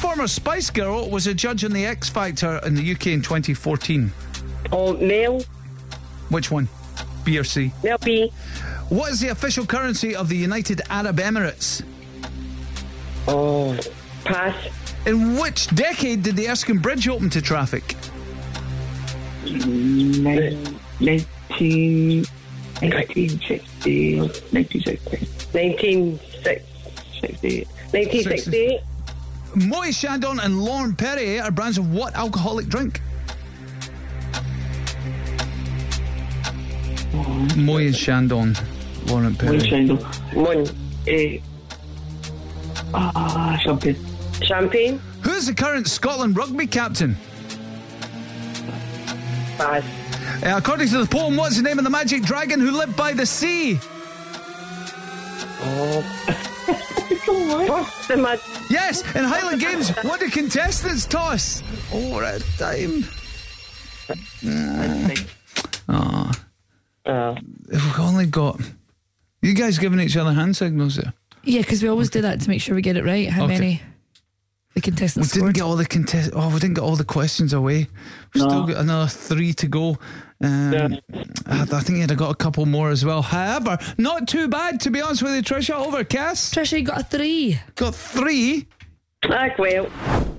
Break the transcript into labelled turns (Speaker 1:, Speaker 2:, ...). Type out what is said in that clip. Speaker 1: former Spice Girl was a judge on The X Factor in the UK in 2014?
Speaker 2: Oh, Mel,
Speaker 1: Which one? B or C?
Speaker 2: Mel B.
Speaker 1: What is the official currency of the United Arab Emirates?
Speaker 2: Oh, pass.
Speaker 1: In which decade did the Erskine Bridge open to traffic?
Speaker 3: Nin- 19, 1960, 1960,
Speaker 2: 1968.
Speaker 3: 68.
Speaker 2: 1968.
Speaker 1: Moe Chandon and Lauren Perrier are brands of what alcoholic drink? Moe and Chandon, Lauren Perrier.
Speaker 3: Windshield.
Speaker 2: One.
Speaker 3: Eh, Ah, something.
Speaker 2: Champagne.
Speaker 1: Who's the current Scotland rugby captain?
Speaker 2: Pass.
Speaker 1: Uh, according to the poem, what's the name of the magic dragon who lived by the sea?
Speaker 2: What's the mud?
Speaker 1: Yes, in Highland Games, what do contestants toss? Oh, we're out of time.
Speaker 2: Uh,
Speaker 1: Ah. We've only got. You guys giving each other hand signals there?
Speaker 4: Yeah, because we always do that to make sure we get it right. How
Speaker 1: Okay.
Speaker 4: many the
Speaker 1: We
Speaker 4: contestants
Speaker 1: didn't
Speaker 4: scored?
Speaker 1: get all the contest. Oh, we didn't get all the questions away. We've still
Speaker 3: No.
Speaker 1: got another three to go. Um, I, I think you'd have got a couple more as well. However, not too bad to be honest with you, Trisha. Over, Cass
Speaker 4: Trisha, you got a three.
Speaker 1: got three.
Speaker 2: ah, well.